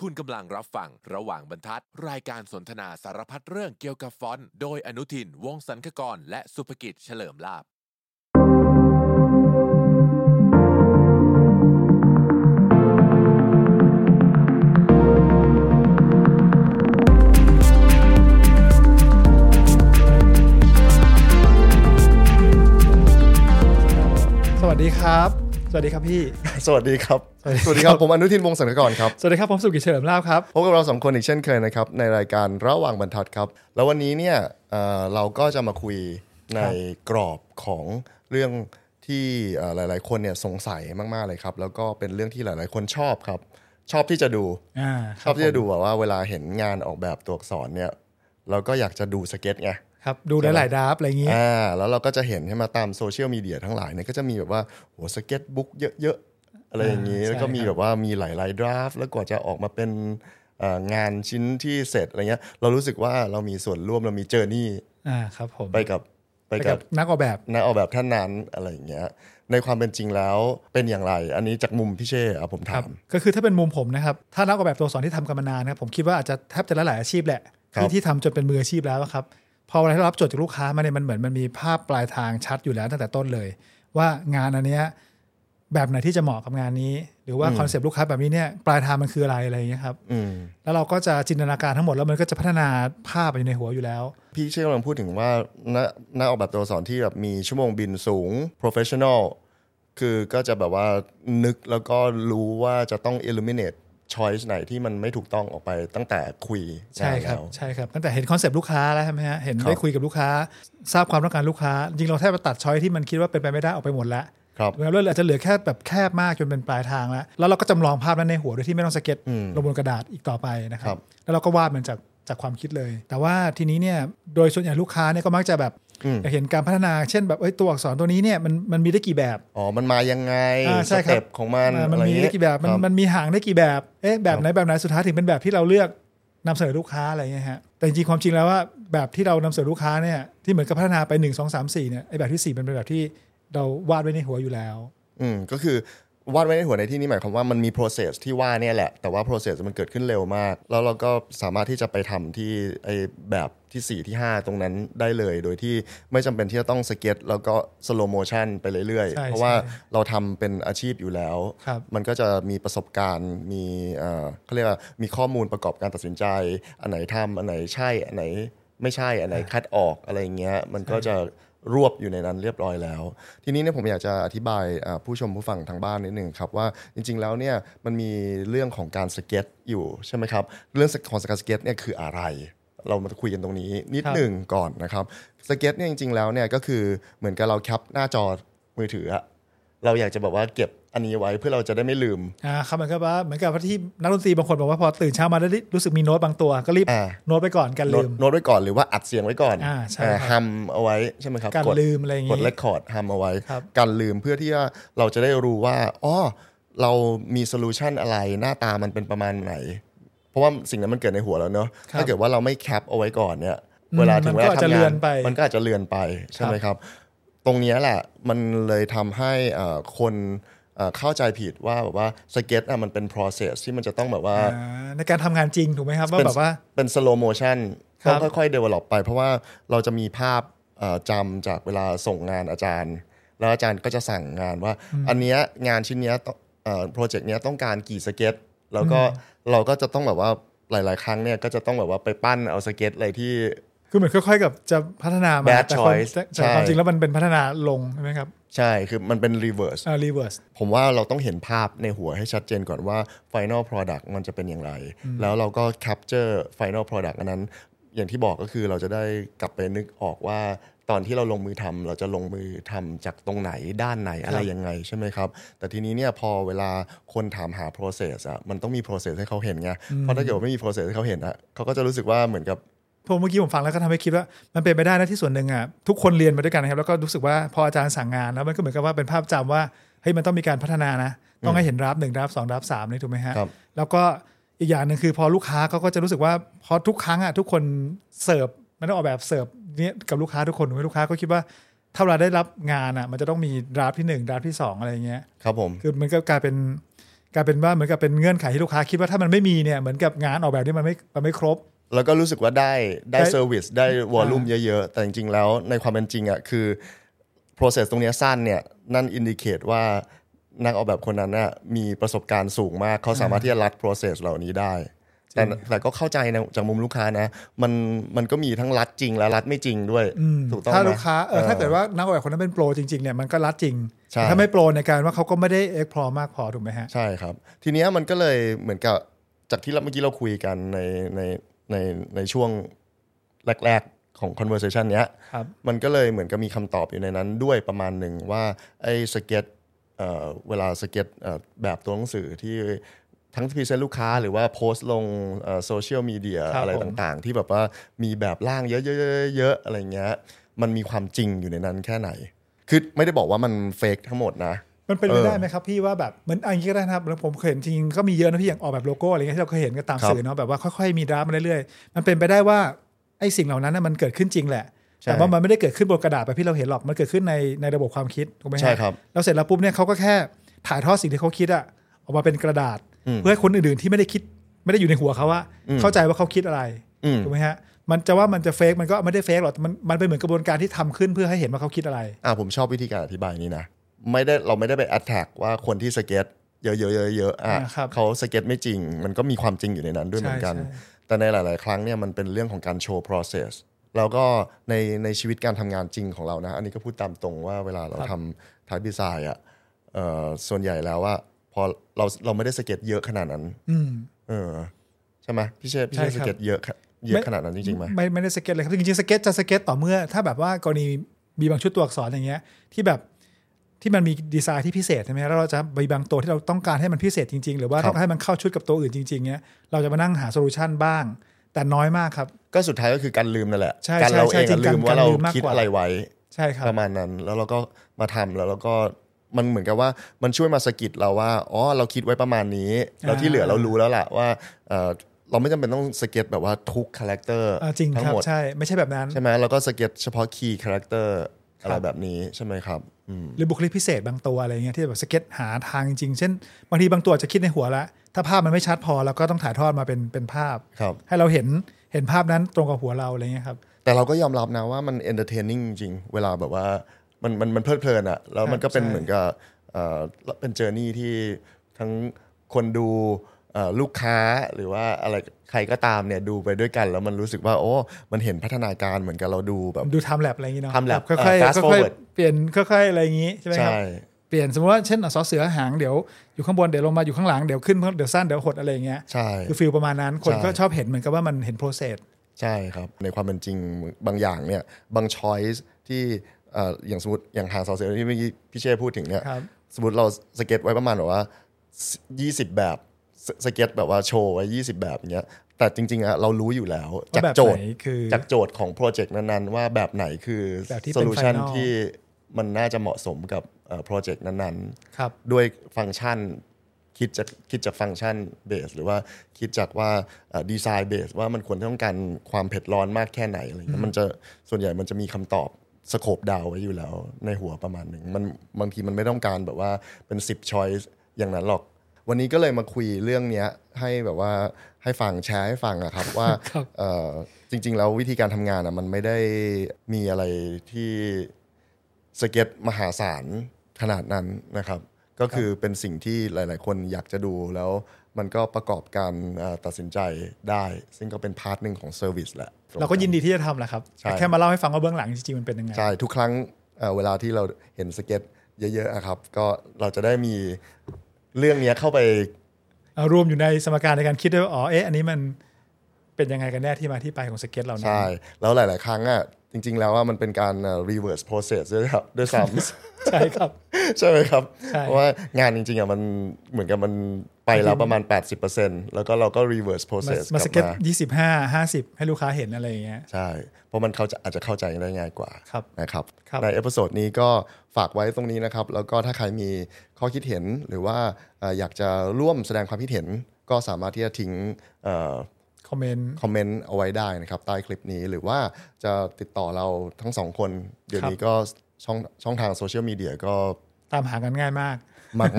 คุณกำลังรับฟังระหว่างบรรทัด รายการสนทนาสารพัดเรื่องเกี่ยวกับฟอนต์โดยอนุทิน วงศ์สันคกร และสุภกิจเฉลิมลาบ สวัสดีครับ สวัสดีครับพี่ สวัสดีครับ สวัสดีครับ สวัสดีครับ ผมอนุทินวงศ์สันกรครับ สวัสดีครับผมสุกิจเฉลิมลาบครับ พบกับเราสองคนอีกเช่นเคยนะครับ ในรายการระหว่างบรรทัดครับ แล้ววันนี้เนี่ยเอ่อเราก็จะมาคุยในกรอบของเรื่องที่เอ่อหลาย ๆ คนเนี่ยสงสัยมาก ๆ เลยครับ แล้วก็เป็นเรื่องที่หลาย ๆ คนชอบครับ ชอบที่จะดู อ่า ชอบที่จะดูแบบว่าเวลาเห็นงานออกแบบตัวอักษรเนี่ย เราก็อยากจะดูสเก็ตไง ครับดูหลายๆดราฟอะไรอย่างงี้ อ่าแล้วเราก็จะเห็นใช่ไหมตามโซเชียลมีเดียทั้งหลายเนี่ยก็จะมีแบบว่าโหสเก็ตบุ๊กเยอะๆ อะไรอย่างนี้ อ่าใช่ แล้วก็คมีรับ แบบว่ามีหลายๆดราฟแล้วกว่าจะออกมาเป็นเอ่องานชิ้นที่เสร็จอะไรเงี้ยเรารู้สึกว่าเรามีส่วนร่วมเรามีเจอร์นี่ อ่าครับผม ไปกับไป ไป กั กั บบ นักออกแบบ นักออกแบบท่านนั้นอะไรอย่างเงี้ยในความเป็นจริงแล้วเป็นอย่างไร อันนี้จากมุมพี่เช่อะผม ครั ถา บ ม ก็คือถ้าเป็นมุมผมนะครับ ถ้านักออกแบบตัวสอนที่ทำกันมานานนะครับผมคิดว่าอาจจะแทบจะหลายๆอาชีพแหละ ครับ ที่ที่ทำจนเป็นมืออาชีพแล้วอะครับพอเวลาที่เรารับโจทย์จากลูกค้ามาเนี่ยมันเหมือนมันมีภาพปลายทางชัดอยู่แล้วตั้งแต่ต้นเลย ว่างานอันเนี้ยแบบไหนที่จะเหมาะกับงานนี้ หรือว่าคอนเซปต์ลูกค้าแบบนี้เนี่ยปลายทางมันคืออะไรอะไรอย่างเงี้ยครับ อืม แล้วเราก็จะจินตนาการทั้งหมดแล้วมันก็จะพัฒนาภาพไปอยู่ในหัวอยู่แล้ว พี่เช่กำลังพูดถึงว่านักนักออกแบบตัวอักษรที่แบบมีชั่วโมงบินสูง professional คือก็จะแบบว่านึกแล้วก็รู้ว่าจะต้อง eliminate choice ไหนที่มันไม่ถูกต้องออกไปตั้งแต่คุย ใช่ครับ งานแล้ว ใช่ครับตั้งแต่เห็นคอนเซปต์ลูกค้าแล้วใช่ไหมฮะเห็น ครับ ได้คุยกับลูกค้า ทราบความต้องการลูกค้า จริงเราแทบจะตัดช้อยที่มันคิดว่าเป็นไปไม่ได้ออกไปหมดแล้ว ครับ แล้วเราอาจจะเหลือแค่แบบแคบมากจนเป็นปลายทางแล้ว แล้วเราก็จำลองภาพนั้นในหัวโดยที่ไม่ต้องสเก็ตลงบนกระดาษอีกต่อไปนะค ค รั รับ บ แล้วเราก็วาดมันจากจากความคิดเลย แต่ว่าทีนี้เนี่ยโดยส่วนใหญ่ลูกค้าเนี่ยก็มักจะแบบอยากเห็นการพัฒนาเช่นแบบเอ้ยตัวอักษรตัวนี้เนี่ยมันมันมีได้กี่แบบ อ๋อ มันมายังไง อ่า ส ใช่ครั เต็ บ ปของมัน อ่ามั อะ น ไรอ มี ย่าง ได้ เงี้ย กี่แบบมัน ครับ มันมีหางได้กี่แบบเอ๊ะแบบไหนแบบไหนสุดท้ายถึงเป็นแบบที่เราเลือกนำเสนอลูกค้าอะไรเงี้ยฮะแต่จริงๆความจริงแล้วว่าแบบที่เรานำเสนอลูกค้าเนี่ยที่เหมือนกับพัฒนาไป 1 2 3 4เนี่ยไอ้แบบที่ 4 มันเป็นแบบที่เราวาดไว้ในหัวอยู่แล้ว อืมก็คือวาดไว้ในหัวในที่นี่หมายความว่ามันมี process ที่ว่าเนี่ยแหละ แต่ว่า process มันเกิดขึ้นเร็วมาก แล้วเราก็สามารถที่จะไปทำที่ไอแบบที่ 4 ที่ 5 ตรงนั้นได้เลย โดยที่ไม่จำเป็นที่จะต้องสเก็ตแล้วก็ slow motion ไปเรื่อย ใช่ ๆ เพราะว่า ใช่ เราทำเป็นอาชีพอยู่แล้ว ครับ มันก็จะมีประสบการณ์มีเอ่อเขาเรียกว่ามีข้อมูลประกอบการตัดสินใจ อันไหนทำอันไหนใช่อันไหนไม่ใช่อันไหนคัดออกอะไรอย่างเงี้ยมันก็จะรวบอยู่ในนั้นเรียบร้อยแล้ว ทีนี้เนี่ยผมอยากจะอธิบายอ่าผู้ชมผู้ฟังทางบ้านนิดหนึ่งครับว่าจริง ๆ แล้วเนี่ยมันมีเรื่องของการสเก็ตอยู่ใช่ไหมครับเรื่องของการสเก็ตเนี่ยคืออะไร เรามาคุยกันตรงนี้นิด ครับ หนึ่งก่อนนะครับสเก็ตเนี่ยจริง ๆ แล้วเนี่ยก็คือเหมือนกับเราแคปหน้าจอมือถืออะ เราอยากจะแบบว่าเก็บอันนี้ไว้เพื่อเราจะได้ไม่ลืม อ่าครับเหมือนกับว่าเหมือนกับที่นักดนตรีบางคนบอกว่าพอตื่นเช้ามาแล้วรู้สึกมีโน้ตบางตัวก็รีบ อ่า โน้ตไปก่อนกัน โน้ ลื ต ม โน้ตไว้ก่อนหรือว่าอัดเสียงไว้ก่อน อ่าใช่ อ่า ครับ ฮัมเอาไว้ใช่ไหมครับ การ ด ลืมอะไรอย่างงี้ กดเลคคอร์ดฮัมเอาไว้ ครับ การลืมเพื่อที่ว่าเราจะได้รู้ว่าอ๋อเรามีโซลูชันอะไรหน้าตามันเป็นประมาณไหน เพราะว่าสิ่งนั้นมันเกิดในหัวเราเนอะถ้าเกิดว่าเราไม่แคปเอาไว้ก่อนเนี่ย อืม เวลาถึงเวมันลาก็อาจจะ ทำ เลื งา อน น ไป มันก็อาจจะเลือนไปใช่ไหมครับ ตรงเนี้ยแหละมันเลยทำให้เอ่อคนเอ่อเข้าใจผิดว่าแบบว่าสเก็ตอ่ะมันเป็น process ที่มันจะต้องแบบว่า อ่าในการทำงานจริงถูกไหมครับว่าแบบว่า เป็น slow motion ครับ ต้องค่อยๆ develop ไป เพราะว่าเราจะมีภาพเอ่อจำจากเวลาส่งงานอาจารย์ แล้วอาจารย์ก็จะสั่งงานว่า อันเนี้ยงานชิ้นเนี้ยต้องโปรเจกต์เนี้ยต้องการกี่สเก็ต แล้วก็เราก็จะต้องแบบว่าหลาย ๆ ครั้งเนี่ยก็จะต้องแบบว่าไปปั้นเอาสเก็ตอะไรที่ คือเหมือนค่อยๆกับจะพัฒนามา Bad แต่ความ choice แต่ความ ใช่ จริงแล้วมันเป็นพัฒนาลงใช่ไหมครับ ใช่ คือมันเป็น reverse อ่า reverse ผมว่าเราต้องเห็นภาพในหัวให้ชัดเจนก่อนว่า Final Product มันจะเป็นอย่างไร แล้วเราก็ Capture Final Product อันนั้น อย่างที่บอกก็คือเราจะได้กลับไปนึกออกว่า ตอนที่เราลงมือทำเราจะลงมือทำจากตรงไหนด้านไหนอะไรยังไงใช่ไหมครับ แต่ทีนี้เนี่ยพอเวลาคนถามหา process อะมันต้องมี process ให้เขาเห็นไงเพราะถ้าเกิดว่าไม่มี process ให้เขาเห็นอะเขาก็จะรู้สึกว่าเหมือนกับ ผมเมื่อกี้ผมฟังแล้วก็ทำให้คิดว่ามันเป็นไปได้นะที่ส่วนหนึ่งอ่ะทุกคนเรียนมาด้วยกันนะครับแล้วก็รู้สึกว่าพออาจารย์สั่งงานแล้วมันก็เหมือนกับว่าเป็นภาพจำว่าเฮ้ยมันต้องมีการพัฒนานะ ต้องให้เห็นรับหนึ่งรับสองรับสามนี่ถูกไหมฮะ ครับ แล้วก็อีกอย่างหนึ่งคือพอลูกค้าเขาก็จะรู้สึกว่าพอทุกครั้งอ่ะทุกคนเสิร์ฟมันต้องออกแบบเสิร์ฟเนี่ยกับลูกค้าทุกคนถูกไหมลูกค้าก็คิดว่าถ้าเราได้รับงานอ่ะมันจะต้องมีรับที่หนึ่งรับที่สองอะไรอย่างเงี้ย ครับผม คือมันก็กลายเป็น กลายเป็นว่าเหมือนกับเป็นเงื่อนไขที่ลูกค้าคิดว่าถ้ามันไม่มีเนี่ยเหมือนกับงานออกแบบนี่มันไม่มันไม่ครบ แล้วก็รู้สึกว่าได้ได้ ได้ เซอร์วิสได้วอลลุ่มเยอะ ๆ แต่จริง ๆ แล้วในความเป็นจริงอ่ะคือ process ตรงเนี้ยสั้นเนี่ยนั่นอินดิเคตว่านักออกแบบคนนั้นน่ะมีประสบการณ์สูงมาก เขาสามารถที่จะรัด process เหล่านี้ได้ แต่แต่ก็เข้าใจนะจากมุมลูกค้านะ มันมันก็มีทั้งรัดจริงและรัดไม่จริงด้วย ถูกต้อง ถ้า ไหม ลูกค้าเออถ้าเกิดว่านักออกแบบคนนั้นเป็นโปรจริงๆเนี่ยมันก็รัดจริง ใช่ แต่ถ้าไม่โปรในการว่าเขาก็ไม่ได้เอ็กพอมากพอถูกไหมฮะ ใช่ครับ ทีเนี้ยมันก็เลยเหมือนกับจากที่เราเมื่อกี้เราคุยกันในในในในช่วงแรก ๆ ของ conversation เนี้ย ครับ มันก็เลยเหมือนกับมีคำตอบอยู่ในนั้นด้วยประมาณหนึ่งว่าไอ้สเก็ตเอ่อเวลาสเก็ตเอ่อแบบตัวหนังสือที่ทั้งพรีเซนต์ลูกค้าหรือว่าโพสต์ลงโซเชียลมีเดีย ครับ อะไร ผม ต่างๆ ที่แบบว่ามีแบบร่างเยอะๆๆๆอะไรเงี้ยมันมีความจริงอยู่ในนั้นแค่ไหน คือไม่ได้บอกว่ามันเฟกทั้งหมดนะ มันเป็นไป เออ ได้ไหมครับพี่ว่าแบบเหมือนอันนี้ก็ได้นะครับแล้วผมเคยเห็นจริงๆก็มีเยอะนะพี่อย่างออกแบบโลโก้อะไรเงี้ยที่เราเคยเห็นกันตาม ครับ สื่อเนาะแบบว่าค่อยๆมีดราฟต์มาเรื่อยๆมันเป็นไปได้ว่าไอ้สิ่งเหล่านั้นน่ะมันเกิดขึ้นจริงแหละ ใช่ แต่ว่ามันไม่ได้เกิดขึ้นบนกระดาษแบบที่เราเห็นหรอกมันเกิดขึ้นในในระบบความคิดถูกไหมฮะ ใช่ครับ แล้วเสร็จแล้วปุ๊บเนี่ยเขาก็แค่ถ่ายทอดสิ่งที่เขาคิดอะออกมาเป็นกระดาษ เพื่อให้คนอื่นๆที่ไม่ได้คิดไม่ได้อยู่ในหัวเขาว่าเข้าใจว่าเขาคิดอะไร อืม ถูกไหมฮะมันจะว่ามันจะเฟกมันก็ไม่ได้เฟกหรอกมันมันเป็นเหมือนกระบวนการที่ทำขึ้นเพื่อให้เห็นว่าเขาคิดอะไร อ่าผมชอบวิธีการอธิบายนี้นะ ไม่ได้เราไม่ได้ไป attack ว่าคนที่สเก็ตเยอะๆเยอะๆอ่ะ อ่าครับ เขาสเก็ตไม่จริง มันก็มีความจริงอยู่ในนั้นด้วยเหมือนกัน ใช่ใช่ แต่ในหลาย ๆ ครั้งเนี่ยมันเป็นเรื่องของการโชว์ process แล้วก็ในในชีวิตการทำงานจริงของเรานะ อันนี้ก็พูดตามตรงว่าเวลาเราทำทาร์ดีไซน์อ่ะเอ่อส่วนใหญ่แล้วว่าพอเราเราไม่ได้สเก็ตเยอะขนาดนั้น อืม เออใช่ไหมพี่เชษพี่เชษ ใช่คสรับ เก็ตเยอะเยอะขนาดนั้นจริงๆไหม ไม่ไม่ได้สเก็ตเลยครับจริงๆสเก็ตจะสเก็ตต่อเมื่อ ถ้าแบบว่ากรณีมีบางชุดตัวอักษรอย่างเงี้ย ที่แบบที่มันมีดีไซน์ที่พิเศษใช่ไหมแล้วเราจะมีบางตัวที่เราต้องการให้มันพิเศษจริง ๆ หรือว่า ครับ ต้องให้มันเข้าชุดกับตัวอื่นจริงๆเงี้ยเราจะมานั่งหาโซลูชันบ้าง แต่น้อยมากครับ ก็สุดท้ายก็คือการลืมนั่นแหละ ใช่ การเรา ใช่ เอง ใช่ อะ จริงๆ ลืมว่า การ เรา ลืมมาก คิด กว่า อะไรไว้ ใช่ครับ ประมาณนั้นแล้วเราก็มาทำแล้วเราก็มันเหมือนกับว่ามันช่วยมาสะกิดเราว่าอ๋อเราคิดไว้ประมาณนี้ แล้วที่เหลือเรารู้แล้วล่ะว่าเอ่อเราไม่จำเป็นต้องสเก็ตแบบว่าทุกคาแรคเตอร์ เออจริง ทั้ ครั ง บ หมด ใช่ไม่ใช่แบบนั้น ใช่ไหมเราก็สเก็ตเฉพาะคีย์คาแรคเตอร์ ครับ อะไรแบบนี้ใช่ไหมครับอืม หรือบุคลิกพิเศษบางตัวอะไรเงี้ยที่แบบสเก็ตหาทางจริงๆเช่นบางทีบางตัวอาจจะคิดในหัวละถ้าภาพมันไม่ชัดพอเราก็ต้องถ่ายทอดมาเป็นเป็นภาพ ครับ ให้เราเห็นเห็นภาพนั้นตรงกับหัวเราอะไรเงี้ยครับ แต่เราก็ยอมรับนะว่ามันเอนเตอร์เทนนิ่งจริงๆเวลาแบบว่ามันมันมันเพลิดเพลินอะแล้วมันก็เป็น ใช่ เหมือนกับเอ่อเป็นเจอร์นี่ที่ทั้งคนดูเอ่อลูกค้าหรือว่าอะไรใครก็ตามเนี่ยดูไปด้วยกัน แล้วมันรู้สึกว่าโอ้ มันเห็นพัฒนาการเหมือนกับเราดูแบบ ดูทำแลบอะไรอย่างงี้เนาะ time lab ค่อย อ่า fast ๆค่อย forward ๆเปลี่ยนค่อยๆอะไรอย่างงี้ใช่ไหมครับ ใช่ เปลี่ยนสมมติว่าเช่นอ่ะซอเสือหางเดี๋ยวอยู่ข้างบนเดี๋ยวลงมาอยู่ข้างหลังเดี๋ยวขึ้นเดี๋ยวสั้นเดี๋ยวหดอะไรอย่างเงี้ย ใช่ คือฟิลประมาณนั้นคน ใช่ ก็ชอบเห็นเหมือนกับว่ามันเห็นโปรเซส ใช่ครับ ในความเป็นจริงบางอย่างเนี่ยบางช้อยส์ที่เอ่ออย่างสมมติอย่างหางสาวเซลที่เมื่อกี้พี่เช่พูดถึงเนี่ย ครับ สมมติเราสเก็ตไว้ประมาณแบบว่า 20 แบบสสเก็ตแบบว่าโชว์ไว้ 20 แบบอย่างเงี้ยแต่จริงๆอะเรารู้อยู่แล้ว จาก แบบ โจ ไห ท น ย์ คือ จากโจทย์ของโปรเจกต์นั้นๆ ว่าแบบไหนคือ แบบที่เป็น โซลูชัน final ที่มันน่าจะเหมาะสมกับโปรเจกต์นั้นๆ ครับ ด้วยฟังก์ชันคิดจากคิดจากฟังก์ชันเบสหรือว่าคิดจากว่าดีไซน์เบสว่ามันควรต้องการความเผ็ดร้อนมากแค่ไหนอะไรเงี้ยมันจะส่วนใหญ่มันจะมีคำตอบสโคปดาวไว้อยู่แล้วในหัวประมาณหนึ่งมันบางทีมันไม่ต้องการแบบว่าเป็น 10 choice อย่างนั้นหรอก วันนี้ก็เลยมาคุยเรื่องเนี้ยให้แบบว่าให้ฟังแชร์ให้ฟังอะครับว่า ครับ เอ่อจริง ๆ แล้ววิธีการทำงานอะมันไม่ได้มีอะไรที่สเก็ตมหาศาลขนาดนั้นนะครับ ก็คือเป็นสิ่งที่หลาย ๆ คนอยากจะดูแล้วมันก็ประกอบการเอ่อตัดสินใจได้ ซึ่งก็เป็นพาร์ทหนึ่งของเซอร์วิสแหละ เราก็ยินดีที่จะทำแหละครับ ใช่ แต่แค่มาเล่าให้ฟังว่าเบื้องหลังจริงๆมันเป็นยังไง ใช่ ทุกครั้งเอ่อเวลาที่เราเห็นสเก็ตเยอะๆอะครับ ก็เราจะได้มีเรื่องเนี้ยเข้าไป เอารวมอยู่ในสมการในการคิดด้วยว่าอ๋อเอ๊ะอันนี้มันเป็นยังไงกันแน่ที่มาที่ไปของสเก็ตเรานะ ใช่ แล้วหลาย ๆ ครั้งอ่ะจริง ๆ แล้วว่ามันเป็นการเอ่อ reverse process ด้วยครับด้วยซ้ำ ใช่ครับ ใช่ไหมครับ ใช่ เพราะว่างานจริงๆอ่ะมันเหมือนกับมันไปแล้วประมาณ 80%แล้วก็เราก็ reverse มา process มาสเก็ต ลับ ยี่สิบห้าห้าสิบให้ลูกค้าเห็นอะไรอย่างเงี้ย ใช่ เพราะมันเขาจะอาจจะเข้าใจได้ง่ายกว่า ครับ นะครับ ครับ ในเอพิโซดนี้ก็ฝากไว้ตรงนี้นะครับ แล้วก็ถ้าใครมีข้อคิดเห็นหรือว่าเอ่ออยากจะร่วมแสดงความคิดเห็น ก็สามารถที่จะทิ้งเอ่อ คอมเมนต์ คอมเมนต์เอาไว้ได้นะครับ ใต้คลิปนี้หรือว่าจะติดต่อเราทั้งสองคน เดี๋ยว ครับ นี้ก็ช่องช่องทางโซเชียลมีเดียก็ ตามหากันง่ายมาก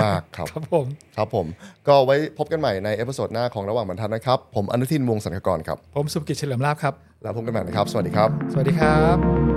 มากๆครับ ครับผม ครับผม ก็ไว้พบกันใหม่ในเอพิโซดหน้าของระหว่างบรรทัดนะครับ ผมอนุทินวงศ์สันกรครับ ผมสุภกิจเฉลิมลาบครับ แล้วพบกันใหม่นะครับ สวัสดีครับ สวัสดีครับ